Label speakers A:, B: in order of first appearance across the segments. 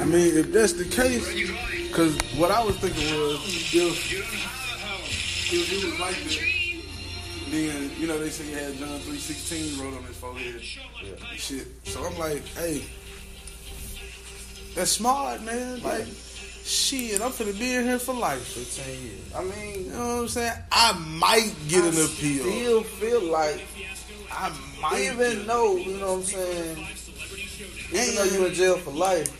A: I mean, if that's the case, because what I was thinking was if, if it was like that, then you know they say he had John three sixteen wrote on his forehead, and shit. So I'm like, hey, that's smart, man. Like, shit, I'm finna be in here for life.
B: 15 years.
A: I mean, you know what I'm saying? I might get an appeal.
B: Still feel like
A: I might
B: even though you know what I'm saying, even though you in jail for life,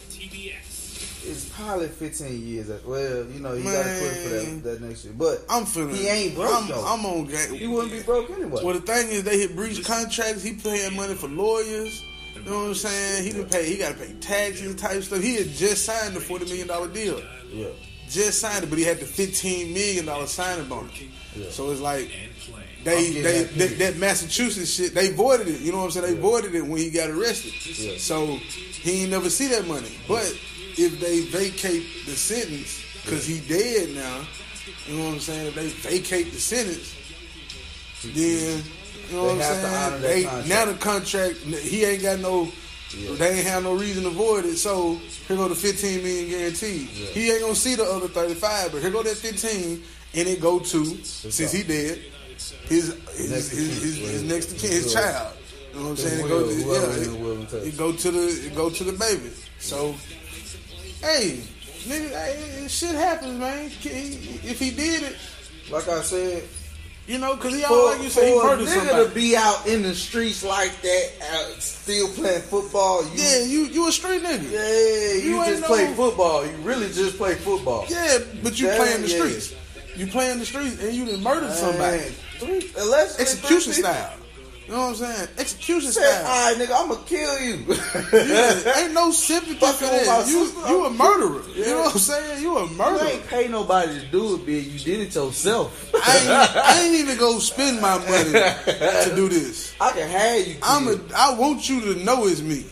B: it's probably 15 years. Well, you know you gotta quit for
A: Man.
B: that, that next year, but
A: I'm finna.
B: He ain't broke,
A: I'm,
B: though.
A: I'm on game.
B: you wouldn't be broke anyway.
A: Well, the thing is, they had breached contracts. He paying money for lawyers. You know what I'm saying? He didn't pay. He got to pay taxes and type stuff. He had just signed the forty million dollar deal.
B: yeah,
A: Just signed it, but he had the fifteen million dollar signing bonus.
B: Yeah.
A: So it's like
B: I'm
A: they
B: getting
A: they
B: that
A: that,
B: period.
A: that Massachusetts shit. They voided it. You know what I'm saying? They voided it when he got arrested.
B: Yeah.
A: So he ain't never see that money. But if they vacate the sentence, cause he dead now. You know what I'm saying? If they vacate the sentence, then you know what
B: They
A: I'm
B: have to
A: saying.
B: honor that
A: They
B: contract.
A: now the contract he ain't got no.
B: Yeah.
A: They ain't have no reason to void it, so here go the fifteen million guarantee.
B: Yeah.
A: He ain't gonna see the other thirty five, but here go that fifteen, and it go to since he dead, his his
B: Next
A: his,
B: to
A: his,
B: kin.
A: his next to kin, his
B: Yeah.
A: child. You know what I'm saying? It
B: will,
A: go to,
B: whoever
A: yeah,
B: in the will and
A: it,
B: touch.
A: it go to the it go to the baby. So, hey, nigga, hey, shit happens, man. He- If he did it,
B: like I said,
A: you know, because he
B: for,
A: all like you say he
B: for a
A: murdered
B: nigga
A: somebody.
B: to be out in the streets like that, out, still playing football, you,
A: yeah, you you a street nigga. Yeah,
B: yeah, you,
A: You ain't
B: just
A: no-
B: play football. You really just play football.
A: but you
B: Yeah,
A: playing the
B: yeah.
A: streets. You playing the streets, and you done murdered somebody.
B: Man, three- unless they
A: Execution
B: three-
A: style. You know what I'm saying? Execution
B: Said,
A: style.
B: all right, nigga, I'm gonna kill you.
A: Yeah, ain't no sympathy for
B: Fucking with
A: that.
B: my
A: You
B: sister,
A: you a
B: I'm-
A: murderer. You
B: Yeah.
A: know what I'm saying? You a
B: You
A: murderer.
B: ain't pay nobody to do it, bitch. You did it yourself.
A: I ain't, I ain't even go spend my money to do this.
B: I can have you.
A: I'm a.
B: kid.
A: I want you to know it's me. You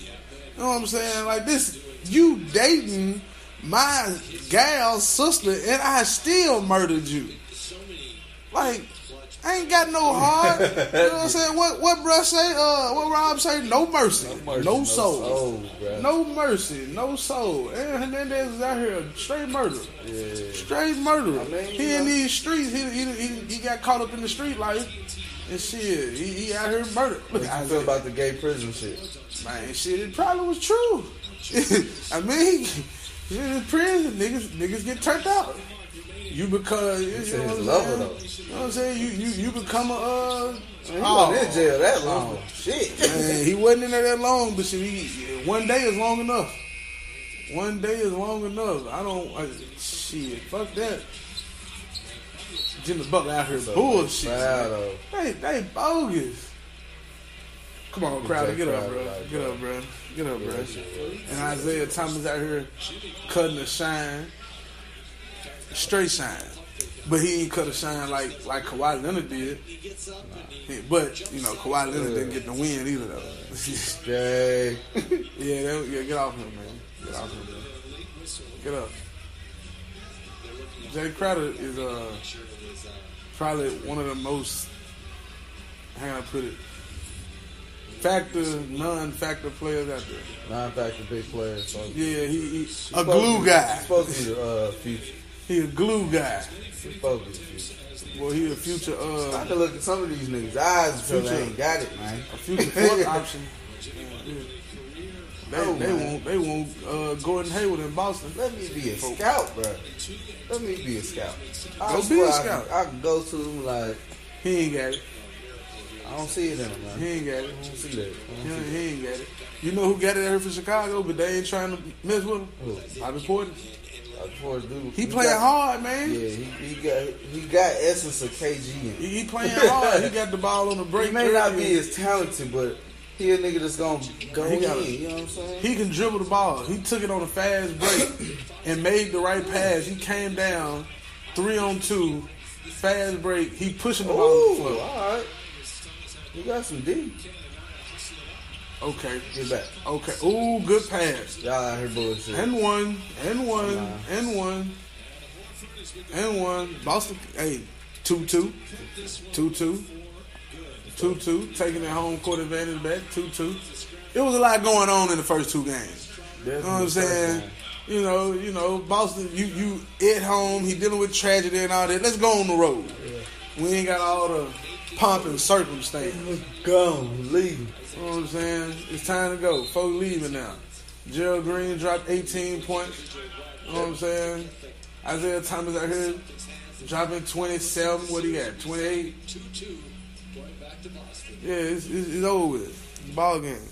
A: know what I'm saying? Like this, you dating my gal sister, and I still murdered you. Like I ain't got no heart. You know what I'm saying? What what bruh say? Uh, what Rob say? No mercy, no,
B: mercy, no
A: soul.
B: soul, bruh.
A: No mercy, no soul. Aaron Hernandez is out here a straight murderer.
B: Yeah.
A: Straight murderer.
B: I mean,
A: he
B: you
A: in
B: know-
A: these streets. He, he, he, he got caught up in the street life and shit. He, he out here murdered.
B: What you feel about the gay prison shit?
A: Man, shit, it probably was true. I mean, you in prison, niggas, niggas get turned out. You become, you, know
B: said
A: what
B: his
A: I'm
B: lover,
A: saying? You know what I'm saying? You you you become a. Uh,
B: He
A: oh,
B: wasn't in jail that long. Shit.
A: man, he wasn't in there that long, but shit, he, one day is long enough. One day is long enough. I don't. I, shit, fuck that. Jimmy Butler out here bullshit.
B: Proud of.
A: They they bogus. Come on, Crowder, get up, bro. Get up, bro. Get up, bro. And Isaiah Thomas out here cutting a shine, straight shine. But he ain't cut a shine like like Kawhi Leonard did. Yeah, But you know, Kawhi Leonard didn't get the win either, though.
B: Gay.
A: yeah, that, yeah, get off him, man. Get off him, man. Get up. Jay Crowder is uh probably one of the most how can I put it factor non-factor players out there.
B: Non-factor big player. So
A: Yeah, he, he a glue guy.
B: Supposed to be the uh, future.
A: He a glue guy.
B: He's Supposed to be the future.
A: Well, he a future
B: I
A: uh
B: can look at some of these niggas' eyes and feel they ain't got it, man.
A: a future fourth option. Yeah. They, they won't they won't uh, Gordon Hayward in Boston.
B: Let me be a scout, bro. Let me be a scout. I
A: Go be
B: swear
A: a
B: I can-
A: scout.
B: I can go to them like
A: He ain't got it.
B: I don't see it in him, man.
A: He ain't got it.
B: I don't see that. I
A: He
B: don't
A: ain't, he ain't got it. You know who got it out here from Chicago, but they ain't trying to mess with him.
B: Who?
A: Bobby Porter.
B: see- Of course, dude,
A: He playing
B: got,
A: hard, man.
B: Yeah, he, he got he got essence of KG in. him.
A: He, he playing hard. he got the ball on the break.
B: He may not
A: early.
B: be as talented, but he a nigga that's gonna go
A: He
B: in.
A: gotta-
B: you know what I'm saying?
A: He can dribble the ball. He took it on a fast break and made the right pass. He came down three on two, fast break. He pushing the
B: Ooh,
A: ball on the
B: all
A: floor.
B: right. You got some D.
A: Okay,
B: Get back.
A: okay. Ooh, good pass.
B: Y'all out here bullshit.
A: And one, and one,
B: Nah.
A: and one, and one. Boston, hey, two two, two two, two two. Taking it home court advantage back. Two two. It was a lot going on in the first two games. You know what I'm saying? You know, you know, Boston. You you at home. He dealing with tragedy and all that. Let's go on the road. We ain't got all the pomp and circumstance.
B: Let's go, leave.
A: You know what I'm saying? It's time to go. Folk leaving now. Gerald Green dropped 18 points. You know what I'm saying? Isaiah Thomas out here dropping 27. What do you got? 28. Yeah, it's, it's, it's over with. Ball game.